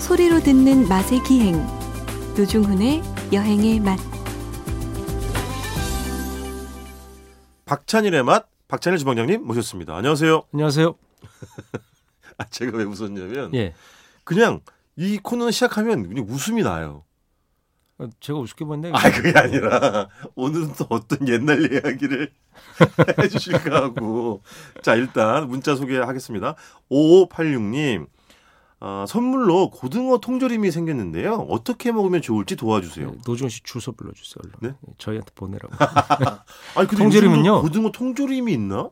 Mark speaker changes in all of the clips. Speaker 1: 소리로 듣는 맛의 기행 노중훈의 여행의 맛
Speaker 2: 박찬일의 맛 박찬일 주방장님 모셨습니다. 안녕하세요.
Speaker 3: 안녕하세요.
Speaker 2: 아, 제가 왜 웃었냐면
Speaker 3: 예.
Speaker 2: 그냥 이 코너 시작하면 그냥 웃음이 나요.
Speaker 3: 어, 제가 우습게 봤네.
Speaker 2: 아 그게 아니라 오늘은 또 어떤 옛날 이야기를 해주실까 하고 자 일단 문자 소개하겠습니다. 5586님 아, 선물로 고등어 통조림이 생겼는데요. 어떻게 먹으면 좋을지 도와주세요.
Speaker 3: 네, 노준 씨 주소 불러주세요. 얼른.
Speaker 2: 네?
Speaker 3: 예, 저희한테 보내라고.
Speaker 2: 아니, 근데
Speaker 3: 통조림은요?
Speaker 2: 요즘도 고등어 통조림이 있나?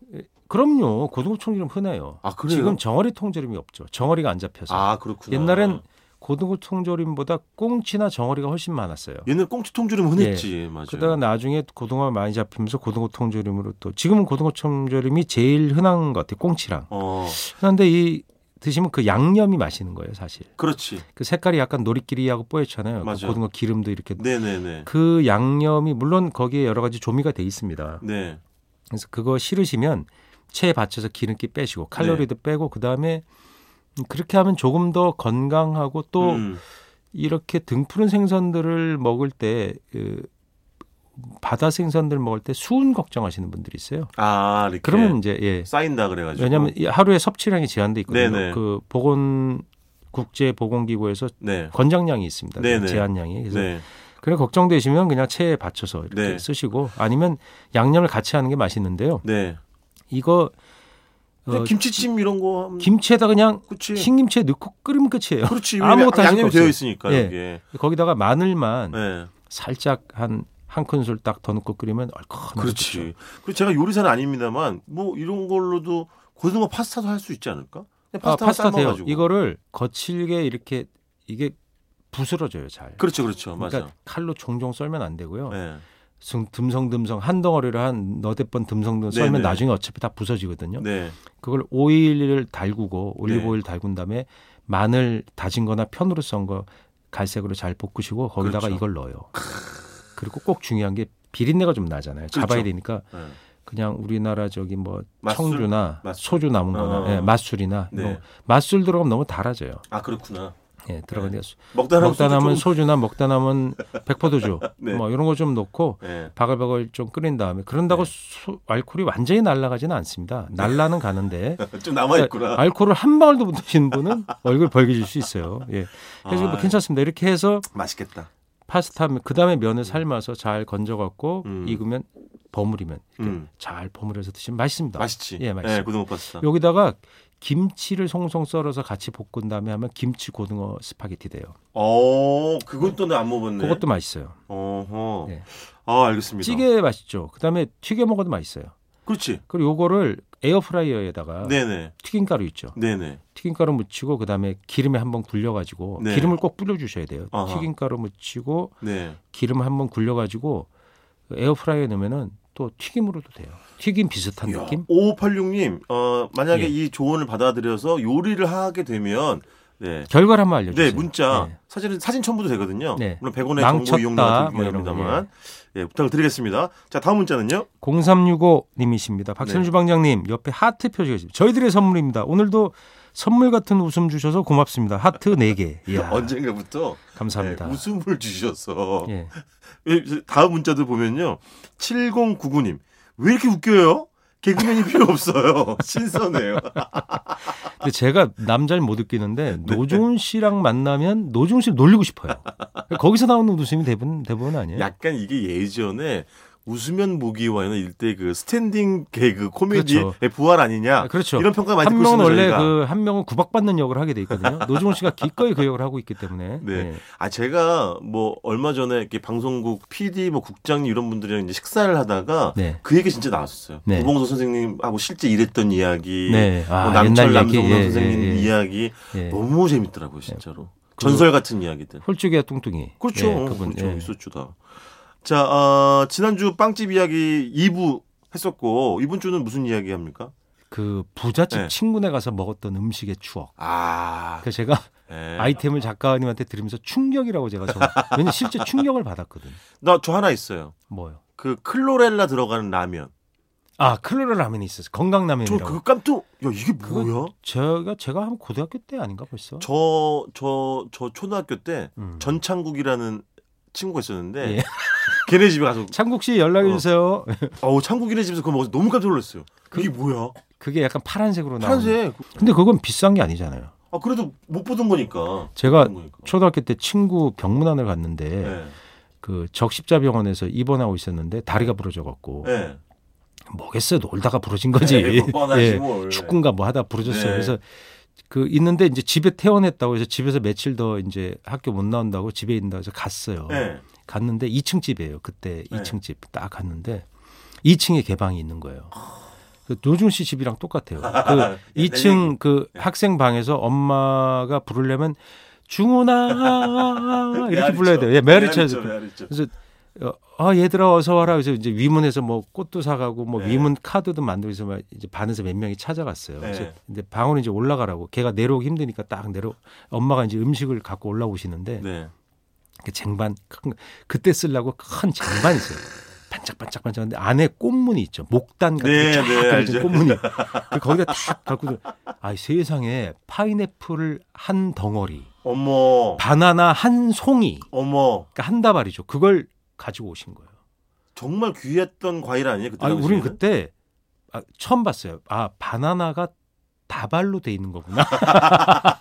Speaker 3: 그럼요. 고등어 통조림 흔해요.
Speaker 2: 아
Speaker 3: 지금 정어리 통조림이 없죠. 정어리가 안 잡혀서.
Speaker 2: 아 그렇구나.
Speaker 3: 옛날엔 고등어 통조림보다 꽁치나 정어리가 훨씬 많았어요.
Speaker 2: 옛날 꽁치 통조림 흔했지 맞아요.
Speaker 3: 그러다가 나중에 고등어 많이 잡히면서 고등어 통조림으로 또 지금은 고등어 통조림이 제일 흔한 것 같아요. 꽁치랑.
Speaker 2: 어
Speaker 3: 그런데 이 드시면 그 양념이 맛있는 거예요, 사실.
Speaker 2: 그렇지.
Speaker 3: 그 색깔이 약간 노리끼리하고 뽀얗잖아요. 그
Speaker 2: 맞아요.
Speaker 3: 고등어 기름도 이렇게
Speaker 2: 네네네.
Speaker 3: 그 양념이 물론 거기에 여러 가지 조미가 돼 있습니다.
Speaker 2: 네.
Speaker 3: 그래서 그거 싫으시면 체에 받쳐서 기름기 빼시고
Speaker 2: 네.
Speaker 3: 칼로리도 빼고 그다음에 그렇게 하면 조금 더 건강하고 또
Speaker 2: 음.
Speaker 3: 이렇게 등푸른 생선들을 먹을 때 그, 바다 생선들 먹을 때 수분 걱정하시는 분들이 있어요.
Speaker 2: 아 이렇게
Speaker 3: 그러면 이제 예.
Speaker 2: 쌓인다 그래가지고.
Speaker 3: 왜냐하면 이 하루에 섭취량이 제한돼 있거든요.
Speaker 2: 네네.
Speaker 3: 그 보건 국제 보건기구에서
Speaker 2: 네.
Speaker 3: 권장량이 있습니다.
Speaker 2: 네네.
Speaker 3: 제한량이. 그래서
Speaker 2: 네.
Speaker 3: 그래 걱정되시면 그냥 체에 받쳐서 이렇게
Speaker 2: 네.
Speaker 3: 쓰시고 아니면 양념을 같이 하는 게 맛있는데요.
Speaker 2: 네.
Speaker 3: 이거
Speaker 2: 근데
Speaker 3: 어,
Speaker 2: 김치찜 이런 거 하면
Speaker 3: 김치에다 그냥
Speaker 2: 그치.
Speaker 3: 신김치에 넣고 끓이면 끝이에요.
Speaker 2: 그렇지.
Speaker 3: 아무것도
Speaker 2: 아무것도
Speaker 3: 하실
Speaker 2: 양념이
Speaker 3: 거 없어요.
Speaker 2: 되어 있으니까
Speaker 3: 예.
Speaker 2: 이게.
Speaker 3: 거기다가 마늘만
Speaker 2: 네.
Speaker 3: 살짝 한 한 큰술 딱 더 넣고 끓이면 얼큰하게
Speaker 2: 그렇지. 그리고 제가 요리사는 아닙니다만 뭐 이런 걸로도 고등어 파스타도 할 수 있지 않을까? 그냥
Speaker 3: 아,
Speaker 2: 파스타만
Speaker 3: 파스타 돼요.
Speaker 2: 삶아가지고.
Speaker 3: 이거를 거칠게 이렇게 이게 부스러져요, 잘.
Speaker 2: 그렇죠, 그렇죠,
Speaker 3: 러니까 어,
Speaker 2: 맞아.
Speaker 3: 칼로 종종 썰면 안 되고요.
Speaker 2: 네.
Speaker 3: 좀 듬성듬성 한 덩어리를 한 너댓 번 듬성듬성 썰면
Speaker 2: 네네.
Speaker 3: 나중에 어차피 다 부서지거든요.
Speaker 2: 네.
Speaker 3: 그걸 오일을 달구고 올리브오일 달군 다음에 마늘 다진 거나 편으로 썬 거 갈색으로 잘 볶으시고 거기다가
Speaker 2: 그렇죠.
Speaker 3: 이걸 넣어요. 그리고 꼭 중요한 게 비린내가 좀 나잖아요. 잡아야
Speaker 2: 그렇죠.
Speaker 3: 되니까
Speaker 2: 네.
Speaker 3: 그냥 우리나라 저기 뭐
Speaker 2: 맛술?
Speaker 3: 청주나
Speaker 2: 맛술.
Speaker 3: 소주 남은 거나
Speaker 2: 어.
Speaker 3: 예, 맛술이나
Speaker 2: 네.
Speaker 3: 뭐 맛술 들어가면 너무 달아져요.
Speaker 2: 아 그렇구나.
Speaker 3: 예, 들어가니까 수-
Speaker 2: 먹다 남은
Speaker 3: 먹다 남은
Speaker 2: 소주 네. 좀-
Speaker 3: 소주나 먹다 남은 백포도주
Speaker 2: 네.
Speaker 3: 뭐 이런 거 좀 넣고
Speaker 2: 네.
Speaker 3: 바글바글 좀 끓인 다음에 그런다고 수- 알코올이 완전히 날아가지는 않습니다.
Speaker 2: 네.
Speaker 3: 날라는 가는데
Speaker 2: 좀 남아 있구나.
Speaker 3: 그러니까 알코올을 한 방울도 못 드시는 분은 얼굴 벌개질 수 있어요. 예. 그래서
Speaker 2: 아,
Speaker 3: 뭐 괜찮습니다. 이렇게 해서
Speaker 2: 맛있겠다.
Speaker 3: 파스타 면 그다음에 면을 삶아서 잘 건져 갖고
Speaker 2: 음.
Speaker 3: 익으면 버무리면 이렇게
Speaker 2: 음.
Speaker 3: 잘 버무려서 드시면 맛있습니다.
Speaker 2: 맛있지.
Speaker 3: 예, 맛있어요.
Speaker 2: 네, 고등어 파스타.
Speaker 3: 여기다가 김치를 송송 썰어서 같이 볶은 다음에 하면 김치 고등어 스파게티 돼요.
Speaker 2: 어, 그건 또 나 안 먹었네.
Speaker 3: 그것도 맛있어요.
Speaker 2: 어허.
Speaker 3: 네.
Speaker 2: 아, 알겠습니다.
Speaker 3: 찌개 맛있죠. 그다음에 튀겨 먹어도 맛있어요.
Speaker 2: 그렇지.
Speaker 3: 그리고 요거를 에어프라이어에다가
Speaker 2: 네네.
Speaker 3: 튀김가루 있죠.
Speaker 2: 네네.
Speaker 3: 튀김가루 묻히고 그다음에 기름에 한번 굴려가지고
Speaker 2: 네.
Speaker 3: 기름을 꼭 뿌려 주셔야 돼요.
Speaker 2: 아하.
Speaker 3: 튀김가루 묻히고
Speaker 2: 네.
Speaker 3: 기름 한번 굴려가지고 에어프라이어에 넣으면은 또 튀김으로도 돼요. 튀김 비슷한
Speaker 2: 이야,
Speaker 3: 느낌?
Speaker 2: 5586님, 어, 만약에
Speaker 3: 예.
Speaker 2: 이 조언을 받아들여서 요리를 하게 되면, 네.
Speaker 3: 결과를 한번 알려주세요.
Speaker 2: 네, 문자.
Speaker 3: 네.
Speaker 2: 사실은 사진 첨부도 되거든요.
Speaker 3: 네.
Speaker 2: 물론 100원의 정보
Speaker 3: 망쳤다,
Speaker 2: 이용료가 들긴
Speaker 3: 뭐 이런 거,
Speaker 2: 합니다만. 예, 부탁을 드리겠습니다. 자, 다음 문자는요?
Speaker 3: 0365님이십니다. 박찬주
Speaker 2: 네.
Speaker 3: 방장님 옆에 하트 표시가 있습니다. 저희들의 선물입니다. 오늘도 선물 같은 웃음 주셔서 고맙습니다. 하트 4개. 이야,
Speaker 2: 언젠가부터
Speaker 3: 감사합니다.
Speaker 2: 예, 웃음을 주셔서.
Speaker 3: 예.
Speaker 2: 예, 다음 문자도 보면요. 7099님, 왜 이렇게 웃겨요? 개그맨이 필요 없어요. 신선해요.
Speaker 3: 근데 제가 남자를 못 웃기는데
Speaker 2: 네.
Speaker 3: 노종훈 씨랑 만나면 노종훈 씨를 놀리고 싶어요. 거기서 나오는 웃음이 대부분 대부분 아니에요.
Speaker 2: 약간 이게 예전에 웃으면 모기와는 일대 그 스탠딩 개그 코미디의
Speaker 3: 그렇죠.
Speaker 2: 부활 아니냐
Speaker 3: 아, 그렇죠.
Speaker 2: 이런 평가 많이
Speaker 3: 한
Speaker 2: 듣고 있습니다.
Speaker 3: 명은 원래
Speaker 2: 저희가.
Speaker 3: 그 한 명은 구박받는 역을 하게 돼 있거든요. 노종훈 씨가 기꺼이 그 역을 하고 있기 때문에.
Speaker 2: 네.
Speaker 3: 예.
Speaker 2: 아 제가 뭐 얼마 전에 이렇게 방송국 PD 뭐 국장 이런 분들이랑 이제 식사를 하다가
Speaker 3: 네.
Speaker 2: 그 얘기 진짜 나왔었어요.
Speaker 3: 네.
Speaker 2: 우봉도 선생님하고 실제 일했던 이야기,
Speaker 3: 네. 아,
Speaker 2: 뭐 남철
Speaker 3: 옛날 얘기.
Speaker 2: 남성남
Speaker 3: 예,
Speaker 2: 선생님
Speaker 3: 예, 예.
Speaker 2: 이야기
Speaker 3: 예.
Speaker 2: 너무 재밌더라고요 진짜로
Speaker 3: 그-
Speaker 2: 전설 같은 이야기들.
Speaker 3: 홀쭉이야 뚱뚱이.
Speaker 2: 그렇죠.
Speaker 3: 예, 그분.
Speaker 2: 그렇죠.
Speaker 3: 예.
Speaker 2: 있었죠 다. 자 어, 지난주 빵집 이야기 2부 했었고 이번 주는 무슨 이야기 합니까?
Speaker 3: 그 부잣집
Speaker 2: 예.
Speaker 3: 친구네 가서 먹었던 음식의 추억.
Speaker 2: 아,
Speaker 3: 그 제가
Speaker 2: 예.
Speaker 3: 아이템을 작가님한테 들으면서 충격이라고 제가 저 왜냐 실제 충격을 받았거든. 요
Speaker 2: 나 저 하나 있어요.
Speaker 3: 뭐요?
Speaker 2: 그 클로렐라 들어가는 라면.
Speaker 3: 아 클로라 라면이 있었어요. 건강
Speaker 2: 저
Speaker 3: 네, 라면이라고.
Speaker 2: 그거 깜짝. 야 이게
Speaker 3: 그거-
Speaker 2: 뭐야?
Speaker 3: 제가 제가 한 고등학교 때 아닌가 벌써.
Speaker 2: 저 저 저 초등학교 때
Speaker 3: 음.
Speaker 2: 전창국이라는 친구가 있었는데
Speaker 3: 예.
Speaker 2: 걔네 집에 가서
Speaker 3: 창국 씨 연락해
Speaker 2: 어.
Speaker 3: 주세요.
Speaker 2: 어우 창국이네 집에서 그거 먹어서 너무 깜짝 놀랐어요. 그게 뭐야?
Speaker 3: 그게 약간 파란색으로 나오는.
Speaker 2: 파란색.
Speaker 3: 근데 그건 비싼 게 아니잖아요.
Speaker 2: 아 그래도 못 보던 거니까.
Speaker 3: 제가
Speaker 2: 보던 거니까.
Speaker 3: 초등학교 때 친구 병문안을 갔는데
Speaker 2: 예.
Speaker 3: 그 적십자 병원에서 입원하고 있었는데 다리가
Speaker 2: 네.
Speaker 3: 부러져 갖고
Speaker 2: 예.
Speaker 3: 뭐겠어요 놀다가 부러진 거지.
Speaker 2: 예, 그거 뻔하지
Speaker 3: 예.
Speaker 2: 뭘.
Speaker 3: 축구인가 뭐 하다 부러졌어요.
Speaker 2: 네.
Speaker 3: 그래서 그 있는데 이제 집에 퇴원했다고 해서 집에서 며칠 더 이제 학교 못 나온다고 집에 있는다고 해서 갔어요.
Speaker 2: 예.
Speaker 3: 갔는데 2층 집이에요. 그때
Speaker 2: 네.
Speaker 3: 2층 집 딱 갔는데 2층에 개방이 있는 거예요. 그 노중 씨 집이랑 똑같아요.
Speaker 2: 옛날
Speaker 3: 그 2층 그 학생 방에서 엄마가 부르려면 중훈아 이렇게 불러야 돼요. 예, 메아리 쳐야죠.
Speaker 2: 메아리쳐.
Speaker 3: 그래서 어, 아 얘들아 어서 와라. 그래서 이제 위문에서 뭐 꽃도 사가고 뭐
Speaker 2: 네.
Speaker 3: 위문 카드도 만들어서 막 이제 반에서 몇 명이 찾아갔어요.
Speaker 2: 네.
Speaker 3: 그래서 근데 방으로 이제 올라가라고. 걔가 내려오기 힘드니까 딱 내려. 엄마가 이제 음식을 갖고 올라오시는데
Speaker 2: 네.
Speaker 3: 그 쟁반 큰 거. 그때 쓰려고 큰 쟁반이 있어요. 반짝반짝반짝한데 안에 꽃무늬 있죠. 목단 같은
Speaker 2: 네,
Speaker 3: 쫙
Speaker 2: 네,
Speaker 3: 그려진
Speaker 2: 알죠.
Speaker 3: 꽃무늬. 그 거기다 탁 갖고 들어- 아 세상에 파인애플을 한 덩어리,
Speaker 2: 어머.
Speaker 3: 바나나 한 송이,
Speaker 2: 어머.
Speaker 3: 그러니까 한 다발이죠. 그걸 가지고 오신 거예요.
Speaker 2: 정말 귀했던 과일 아니에요 그때
Speaker 3: 아, 우리는
Speaker 2: 당시에는?
Speaker 3: 그때 아, 처음 봤어요. 아, 바나나가 다발로 돼 있는 거구나.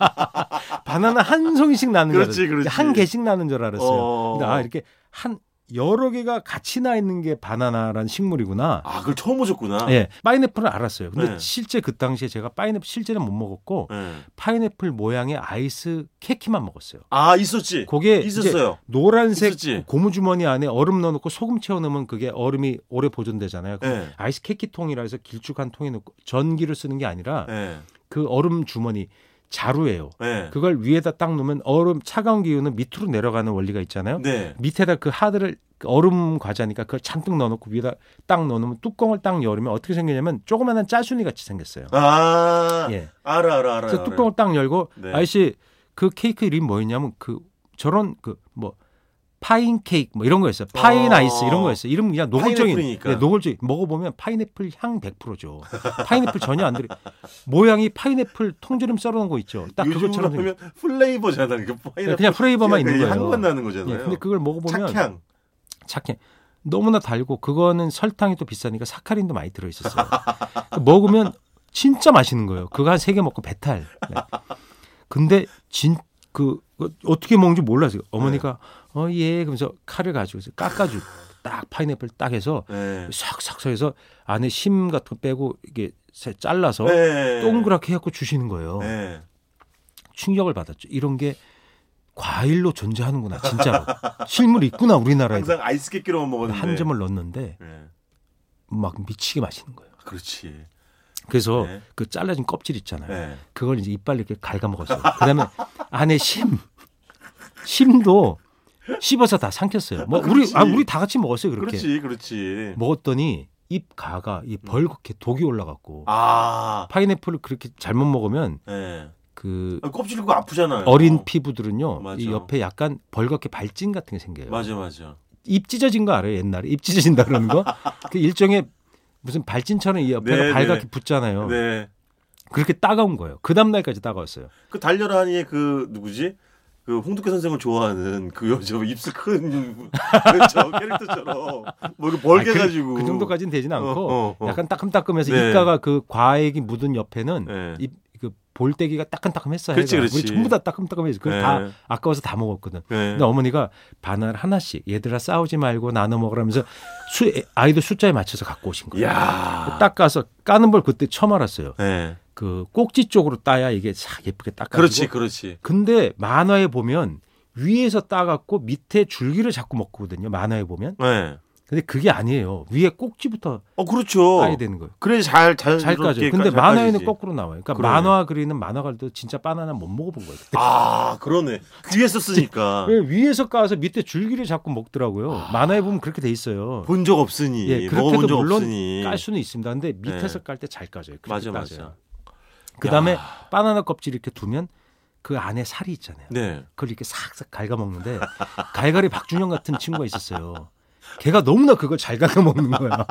Speaker 3: 바나나 한 송이씩 나는 줄
Speaker 2: 그렇지,
Speaker 3: 알았어요.
Speaker 2: 그렇지.
Speaker 3: 한 개씩 나는 줄 알았어요.
Speaker 2: 어.
Speaker 3: 근데 아, 이렇게 한 여러 개가 같이 나 있는 게 바나나라는 식물이구나.
Speaker 2: 아, 그걸 처음 오셨구나.
Speaker 3: 예, 파인애플은 알았어요. 근데
Speaker 2: 네.
Speaker 3: 실제 그 당시에 제가 파인애플 실제는 못 먹었고
Speaker 2: 예.
Speaker 3: 파인애플 모양의 아이스 케키만 먹었어요.
Speaker 2: 아, 있었지.
Speaker 3: 그게 예, 이제
Speaker 2: 있었어요.
Speaker 3: 노란색
Speaker 2: 있었지.
Speaker 3: 고무주머니 안에 얼음 넣어놓고 소금 채워넣으면 그게 얼음이 오래 보존되잖아요. 그
Speaker 2: 예. 예.
Speaker 3: 아이스 케키 통이라 해서 길쭉한 통에 넣고 전기를 쓰는 게
Speaker 2: 네.
Speaker 3: 아니라 그 얼음 주머니 자루예요.
Speaker 2: 예.
Speaker 3: 그걸 위에다 딱 놓으면 얼음 차가운 기운은 밑으로 내려가는 원리가 있잖아요.
Speaker 2: 네.
Speaker 3: 밑에다 그 하드를 그 얼음 과자니까 그걸 잔뜩 넣어놓고 위에다 딱 넣어놓으면 뚜껑을 딱 열면 어떻게 생기냐면 조그마한 짜순이 같이 생겼어요.
Speaker 2: 아,
Speaker 3: 예.
Speaker 2: 알아, 알아, 알아.
Speaker 3: 그래서
Speaker 2: 알아.
Speaker 3: 뚜껑을 딱 열고
Speaker 2: 네.
Speaker 3: 아저씨 그 케이크 이름이 뭐였냐면 그 저런 그 뭐 파인 케이크 뭐 이런 거였어요. 파인
Speaker 2: 어.
Speaker 3: 아이스 이런 거였어요. 이름 그냥 노골적인
Speaker 2: 파인애플이니까.
Speaker 3: 네, 노골적인 먹어보면 파인애플 향 100%죠. 파인애플 전혀 안 들어. 모양이 파인애플 통조림 썰어놓은 거 있죠. 딱
Speaker 2: 요즘
Speaker 3: 그것처럼 생겼어요. 네,
Speaker 2: 하면 플레이버잖아. 그 파인애플.
Speaker 3: 그냥 프레이버만 있는 거예요.
Speaker 2: 향만 나는
Speaker 3: 예,
Speaker 2: 거잖아요.
Speaker 3: 근데 그걸 먹어보면
Speaker 2: 착향.
Speaker 3: 착해. 너무나 달고 그거는 설탕이 또 비싸니까 사카린도 많이 들어 있었어요. 그러니까 먹으면 진짜 맛있는 거예요. 그거 한 세 개 먹고 배탈. 네. 근데 진 그 어떻게 먹는지 몰라서 어머니가
Speaker 2: 네.
Speaker 3: 어 예 그러면서 칼을 가지고 있어요. 깎아주 딱 파인애플 딱 해서
Speaker 2: 네.
Speaker 3: 싹싹 해서 안에 심 같은 거 빼고 이게 세- 잘라서
Speaker 2: 네.
Speaker 3: 예, 동그랗게 해갖고 주시는 거예요.
Speaker 2: 네.
Speaker 3: 충격을 받았죠. 이런 게 과일로 존재하는구나 진짜로 실물이 있구나 우리나라에도
Speaker 2: 항상 아이스 깨끼로만 먹었는데.
Speaker 3: 한 점을 넣었는데
Speaker 2: 네.
Speaker 3: 막 미치게 맛있는 거예요.
Speaker 2: 아, 그렇지.
Speaker 3: 그래서
Speaker 2: 네.
Speaker 3: 그 잘라진 껍질 있잖아요.
Speaker 2: 네.
Speaker 3: 그걸 이제 이빨 이렇게 갉아 먹었어요. 그다음에 안에 심 심도 씹어서 다 삼켰어요. 뭐 우리
Speaker 2: 그렇지.
Speaker 3: 아 우리 다 같이 먹었어요 그렇게 뭐.
Speaker 2: 그렇지, 그렇지.
Speaker 3: 먹었더니 입 가가 이 벌겋게 독이 올라갔고
Speaker 2: 아,
Speaker 3: 파인애플을 그렇게 잘못 먹으면
Speaker 2: 네.
Speaker 3: 그
Speaker 2: 아, 껍질 그거 아프잖아요.
Speaker 3: 어린 피부들은요
Speaker 2: 맞아.
Speaker 3: 이 옆에 약간 벌겋게 발진 같은 게 생겨요.
Speaker 2: 맞아, 맞아.
Speaker 3: 입 찢어진 거 알아요 옛날에 입 찢어진다 그러는 거? 그 일종의 무슨 발진처럼 이 옆에가
Speaker 2: 네,
Speaker 3: 발갛게
Speaker 2: 네.
Speaker 3: 붙잖아요.
Speaker 2: 네.
Speaker 3: 그렇게 따가운 거예요. 그 다음 날까지 따가웠어요.
Speaker 2: 그 달려라 하니의 그 누구지? 그 홍두깨 선생을 좋아하는 그 여자 입술 큰저 캐릭터처럼 뭐 이렇게 벌게
Speaker 3: 아니, 그-
Speaker 2: 가지고
Speaker 3: 그 정도까지는 되지는 않고
Speaker 2: 어, 어, 어.
Speaker 3: 약간 따끔따끔해서
Speaker 2: 네.
Speaker 3: 입가가 그 과액이 묻은 옆에는
Speaker 2: 네.
Speaker 3: 입, 그 볼때기가 따끔따끔했어요.
Speaker 2: 그렇지,
Speaker 3: 해가. 우리
Speaker 2: 그렇지.
Speaker 3: 전부 다 따끔따끔해서 그걸
Speaker 2: 네.
Speaker 3: 다 아까워서 다 먹었거든.
Speaker 2: 네.
Speaker 3: 근데 어머니가 바나나 하나씩 얘들아 싸우지 말고 나눠 먹으라면서 수, 아이들 숫자에 맞춰서 갖고 오신 거예요.
Speaker 2: 야.
Speaker 3: 닦아서 까는 걸 그때 처음 알았어요.
Speaker 2: 네.
Speaker 3: 그 꼭지 쪽으로 따야 이게 싹 예쁘게 닦아지고
Speaker 2: 그렇지, 그렇지.
Speaker 3: 근데 만화에 보면 위에서 따갖고 밑에 줄기를 자꾸 먹거든요. 만화에 보면.
Speaker 2: 네.
Speaker 3: 근데 그게 아니에요. 위에 꼭지부터
Speaker 2: 어 그렇죠.
Speaker 3: 따야 되는 거예요.
Speaker 2: 그래 잘
Speaker 3: 잘
Speaker 2: 자연스럽게
Speaker 3: 까죠.
Speaker 2: 잘
Speaker 3: 근데 만화에는
Speaker 2: 까지지.
Speaker 3: 거꾸로 나와요. 그러니까
Speaker 2: 그러네.
Speaker 3: 만화 그리는 만화가도 진짜 바나나 못 먹어본 거예요.
Speaker 2: 아 그러네. 귀에서 쓰니까
Speaker 3: 왜 위에서 까서 밑에 줄기를 자꾸 먹더라고요. 만화에 보면 그렇게 돼 있어요.
Speaker 2: 아. 본 적 없으니
Speaker 3: 예,
Speaker 2: 먹어본 적
Speaker 3: 그렇게도 물론
Speaker 2: 없으니.
Speaker 3: 깔 수는 있습니다. 근데 밑에서
Speaker 2: 네.
Speaker 3: 깔 때 잘 까져요.
Speaker 2: 맞아,
Speaker 3: 그렇게 따져요.
Speaker 2: 맞아.
Speaker 3: 그다음에
Speaker 2: 야.
Speaker 3: 바나나 껍질 이렇게 두면 그 안에 살이 있잖아요.
Speaker 2: 네.
Speaker 3: 그걸 이렇게 싹싹 갉아먹는데 갈갈이 박준영 같은 친구가 있었어요. 걔가 너무나 그걸 잘 갉아먹는 거야.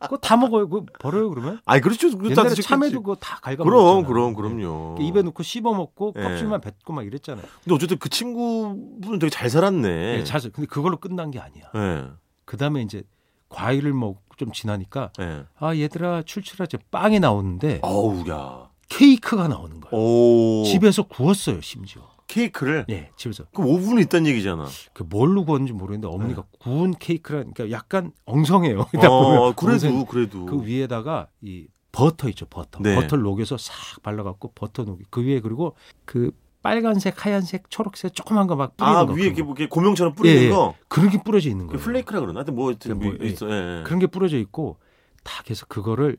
Speaker 3: 그거 다 먹어요. 그거 버려요 그러면?
Speaker 2: 아니 그렇죠. 그거 다
Speaker 3: 옛날에
Speaker 2: 드셨겠지.
Speaker 3: 참외도 그거 다 갈가
Speaker 2: 그럼
Speaker 3: 먹었잖아요. 예.
Speaker 2: 그럼 그럼요.
Speaker 3: 입에 넣고 씹어 먹고
Speaker 2: 예.
Speaker 3: 껍질만 뱉고 막 이랬잖아요.
Speaker 2: 근데 어쨌든 그 친구분은 되게 잘 살았네.
Speaker 3: 예, 자주. 근데 그걸로 끝난 게 아니야.
Speaker 2: 예.
Speaker 3: 그다음에 이제 과일을 먹고 좀 지나니까
Speaker 2: 예.
Speaker 3: 아 얘들아 출출하지 빵이 나오는데
Speaker 2: 어우 야.
Speaker 3: 케이크가 나오는 거예요.
Speaker 2: 오.
Speaker 3: 집에서 구웠어요 심지어.
Speaker 2: 케이크를
Speaker 3: 예, 집에서
Speaker 2: 그럼 5분 있다는 얘기잖아.
Speaker 3: 그 뭘로 구웠는지 모르겠는데 어머니가 구운 케이크라니까 그러니까 약간 엉성해요. 이다
Speaker 2: 네. 어,
Speaker 3: 보면
Speaker 2: 그래도
Speaker 3: 엉성-
Speaker 2: 그래도.
Speaker 3: 그 위에다가 이 버터 있죠 버터
Speaker 2: 네.
Speaker 3: 버터를 녹여서 싹 발라갖고 버터 녹이 그 위에 그리고 그 빨간색 하얀색 초록색 조그만 거 막 뿌리는
Speaker 2: 아
Speaker 3: 거
Speaker 2: 위에
Speaker 3: 그런
Speaker 2: 이렇게,
Speaker 3: 거.
Speaker 2: 이렇게 고명처럼 뿌리는
Speaker 3: 예, 예.
Speaker 2: 거.
Speaker 3: 그런 게 뿌려져 있는
Speaker 2: 그
Speaker 3: 거예요.
Speaker 2: 플레이크라 그러나? 하여튼 뭐 하여튼
Speaker 3: 그게 뭐,
Speaker 2: 뭐 있어. 예. 예.
Speaker 3: 그런 게 뿌려져 있고 다 그래서 그거를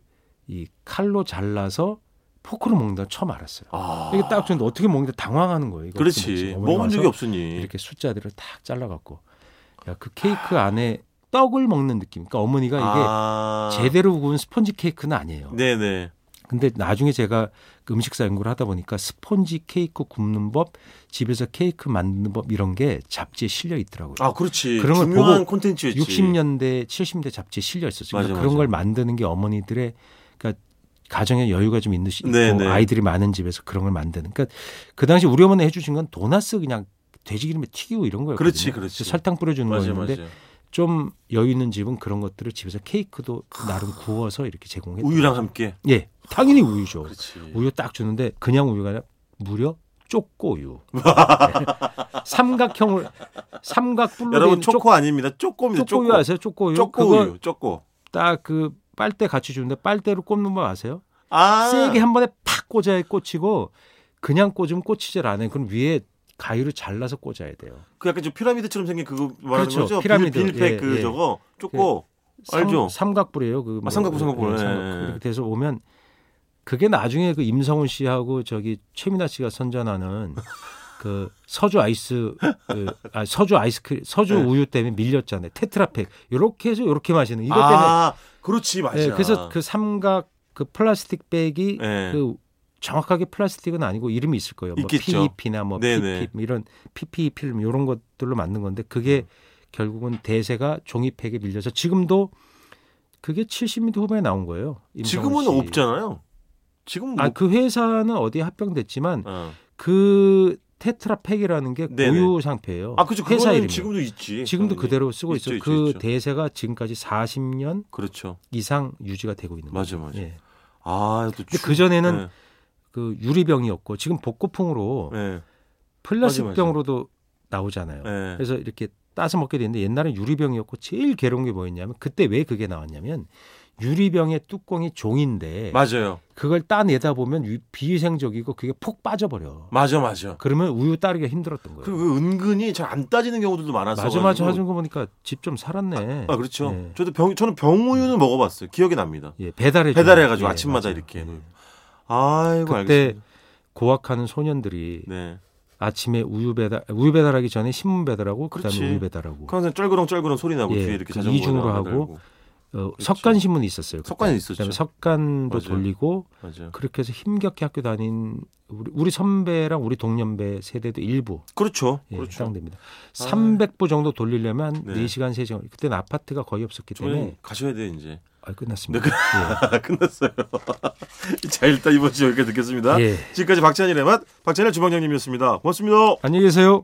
Speaker 3: 이 칼로 잘라서 포크로 먹는다 처음 알았어요.
Speaker 2: 아.
Speaker 3: 이게 딱 저는 어떻게 먹는데 당황하는 거예요. 이거 어떻게 먹지?
Speaker 2: 그렇지.
Speaker 3: 어머니가
Speaker 2: 먹은 적이
Speaker 3: 와서
Speaker 2: 없으니.
Speaker 3: 이렇게 숫자들을 딱 잘라갖고 야 그 케이크 안에 떡을 먹는 느낌. 그러니까 어머니가 이게
Speaker 2: 아.
Speaker 3: 제대로 구운 스펀지 케이크는 아니에요.
Speaker 2: 네네.
Speaker 3: 근데 나중에 제가 그 음식사 연구를 하다 보니까 스펀지 케이크 굽는 법, 집에서 케이크 만드는 법 이런 게 잡지에 실려 있더라고요.
Speaker 2: 아 그렇지.
Speaker 3: 그런 걸
Speaker 2: 중요한
Speaker 3: 보고
Speaker 2: 콘텐츠였지.
Speaker 3: 60년대, 70년대 잡지에 실려 있었어요. 그러니까
Speaker 2: 맞아,
Speaker 3: 그런
Speaker 2: 맞아.
Speaker 3: 걸 만드는 게 어머니들의 그러니까 가정에 여유가 좀 있는 시- 있고
Speaker 2: 네, 네.
Speaker 3: 아이들이 많은 집에서 그런 걸 만드는. 그러니까 그 당시 우리 어머니 해주신 건 도나스 그냥 돼지 기름에 튀기고 이런 거예요.
Speaker 2: 그렇지, 그렇지.
Speaker 3: 설탕 뿌려주는
Speaker 2: 맞아
Speaker 3: 거였는데
Speaker 2: 맞아.
Speaker 3: 좀 여유 있는 집은 그런 것들을 집에서 케이크도 나름 구워서 이렇게 제공했고.
Speaker 2: 우유랑 함께.
Speaker 3: 예, 당연히 우유죠.
Speaker 2: 그렇지.
Speaker 3: 우유 딱 주는데 그냥 우유가 아니라 무려 쪼꼬우유. 삼각형을 삼각뿔로 돼
Speaker 2: 여러분
Speaker 3: 있는
Speaker 2: 초코 아닙니다. 쪼꼬입니다.
Speaker 3: 쪼꼬우유
Speaker 2: 쪼꼬.
Speaker 3: 아세요? 쪼꼬우유. 그거
Speaker 2: 쪼꼬우유. 쪼꼬.
Speaker 3: 딱 그 빨대 같이 주는데 빨대로 꼽는 법 아세요?
Speaker 2: 아.
Speaker 3: 세게 한 번에 팍 꽂아야 꽂히고 그냥 꽂으면 꽂히질 않아요. 그럼 위에 가위로 잘라서 꽂아야 돼요.
Speaker 2: 그 약간 좀 피라미드처럼 생긴 그거 말하는
Speaker 3: 그렇죠.
Speaker 2: 거죠?
Speaker 3: 피라미드.
Speaker 2: 빌- 빌팩
Speaker 3: 예,
Speaker 2: 그
Speaker 3: 예.
Speaker 2: 저거 쪼꼬. 알죠? 아,
Speaker 3: 삼각뿔이에요. 그 뭐,
Speaker 2: 삼각뿔, 삼각뿔.
Speaker 3: 예,
Speaker 2: 예, 예.
Speaker 3: 이렇게 돼서 오면 그게 나중에 그 임성훈 씨하고 저기 최민아 씨가 선전하는 그 서주 아이스 그, 아, 서주 아이스크림 서주
Speaker 2: 예.
Speaker 3: 우유 때문에 밀렸잖아요. 테트라팩. 요렇게 해서 요렇게 마시는 예. 이것 때문에.
Speaker 2: 아, 그렇지 맞아.
Speaker 3: 예, 그래서 그 삼각 그 플라스틱 백이
Speaker 2: 예.
Speaker 3: 그 정확하게 플라스틱은 아니고 이름이 있을 거예요. 뭐
Speaker 2: 있겠죠.
Speaker 3: PEP나 뭐
Speaker 2: 네네.
Speaker 3: PP 이런 PP 필름 이런 것들로 만든 건데 그게
Speaker 2: 네.
Speaker 3: 결국은 대세가 종이팩에 밀려서 지금도 그게 70년대 후반에 나온 거예요. 임성훈
Speaker 2: 지금은
Speaker 3: 씨.
Speaker 2: 없잖아요. 지금 뭐
Speaker 3: 아, 그 회사는 어디에 합병됐지만
Speaker 2: 어.
Speaker 3: 그 테트라팩이라는 게
Speaker 2: 네네.
Speaker 3: 고유 상표예요.
Speaker 2: 아, 그죠.
Speaker 3: 회사
Speaker 2: 그거는
Speaker 3: 이름이.
Speaker 2: 지금도 있지. 음,
Speaker 3: 지금도
Speaker 2: 당연히.
Speaker 3: 그대로 쓰고
Speaker 2: 있죠,
Speaker 3: 있어요.
Speaker 2: 있죠,
Speaker 3: 그
Speaker 2: 있죠.
Speaker 3: 대세가 지금까지 40년
Speaker 2: 그렇죠.
Speaker 3: 이상 유지가 되고 있는 거예요.
Speaker 2: 맞아, 맞아.
Speaker 3: 예.
Speaker 2: 아, 또
Speaker 3: 근데
Speaker 2: 추-
Speaker 3: 그전에는 그 유리병이었고 지금 복고풍으로
Speaker 2: 예. 예. 맞아,
Speaker 3: 플라스틱
Speaker 2: 맞아.
Speaker 3: 병으로도 나오잖아요.
Speaker 2: 예.
Speaker 3: 그래서 이렇게 따서 먹게 되는데 옛날엔 유리병이었고 제일 괴로운 게 뭐였냐면 그때 왜 그게 나왔냐면 유리병의 뚜껑이 종인데
Speaker 2: 맞아요.
Speaker 3: 그걸 따내다 보면 유- 비위생적이고 그게 폭 빠져버려.
Speaker 2: 맞아, 맞아.
Speaker 3: 그러면 우유 따르기가 힘들었던 거예요.
Speaker 2: 그리고 그 은근히 잘 안 따지는 경우들도 많아서
Speaker 3: 맞아 맞아
Speaker 2: 가지고.
Speaker 3: 하는 거 보니까 집 좀 살았네.
Speaker 2: 아, 그렇죠.
Speaker 3: 네.
Speaker 2: 저도 병 저는 병우유는 먹어 봤어요. 기억이 납니다.
Speaker 3: 예, 배달해
Speaker 2: 배달해
Speaker 3: 주는-
Speaker 2: 가지고
Speaker 3: 예,
Speaker 2: 아침마다
Speaker 3: 맞아요.
Speaker 2: 이렇게.
Speaker 3: 예.
Speaker 2: 아이고
Speaker 3: 그때
Speaker 2: 알겠습니다.
Speaker 3: 고학하는 소년들이
Speaker 2: 네.
Speaker 3: 아침에 우유 배달 우유 배달하기 전에 신문 배달하고
Speaker 2: 그렇지.
Speaker 3: 그다음에 우유 배달하고 어,
Speaker 2: 항상 쩔그렁쩔그렁 소리 나고
Speaker 3: 예,
Speaker 2: 뒤에 이렇게
Speaker 3: 그
Speaker 2: 자전거
Speaker 3: 이중으로
Speaker 2: 올라가고
Speaker 3: 하고
Speaker 2: 달고.
Speaker 3: 어,
Speaker 2: 그렇죠.
Speaker 3: 석간 신문이 있었어요. 그때.
Speaker 2: 석관이 있었죠.
Speaker 3: 그다음에 석간도
Speaker 2: 그렇죠. 맞아요. 네.
Speaker 3: 돌리고
Speaker 2: 맞아요.
Speaker 3: 그렇게 해서 힘겹게 학교 다닌 우리, 우리 선배랑 우리 동년배 세대도 일부
Speaker 2: 그렇죠.
Speaker 3: 예,
Speaker 2: 그렇죠.
Speaker 3: 해당됩니다. 300부 정도 돌리려면 한
Speaker 2: 네.
Speaker 3: 4시간 3시간. 그때는 아파트가 거의 없었기
Speaker 2: 저는
Speaker 3: 때문에
Speaker 2: 가셔야 돼 이제.
Speaker 3: 아, 끝났습니다.
Speaker 2: 아, 끝났어요. 자 일단 이번 주 여기까지 듣겠습니다.
Speaker 3: 예. 예.
Speaker 2: 지금까지 박찬일의 맛 박찬일 주방장님이었습니다. 고맙습니다.
Speaker 3: 안녕히 계세요.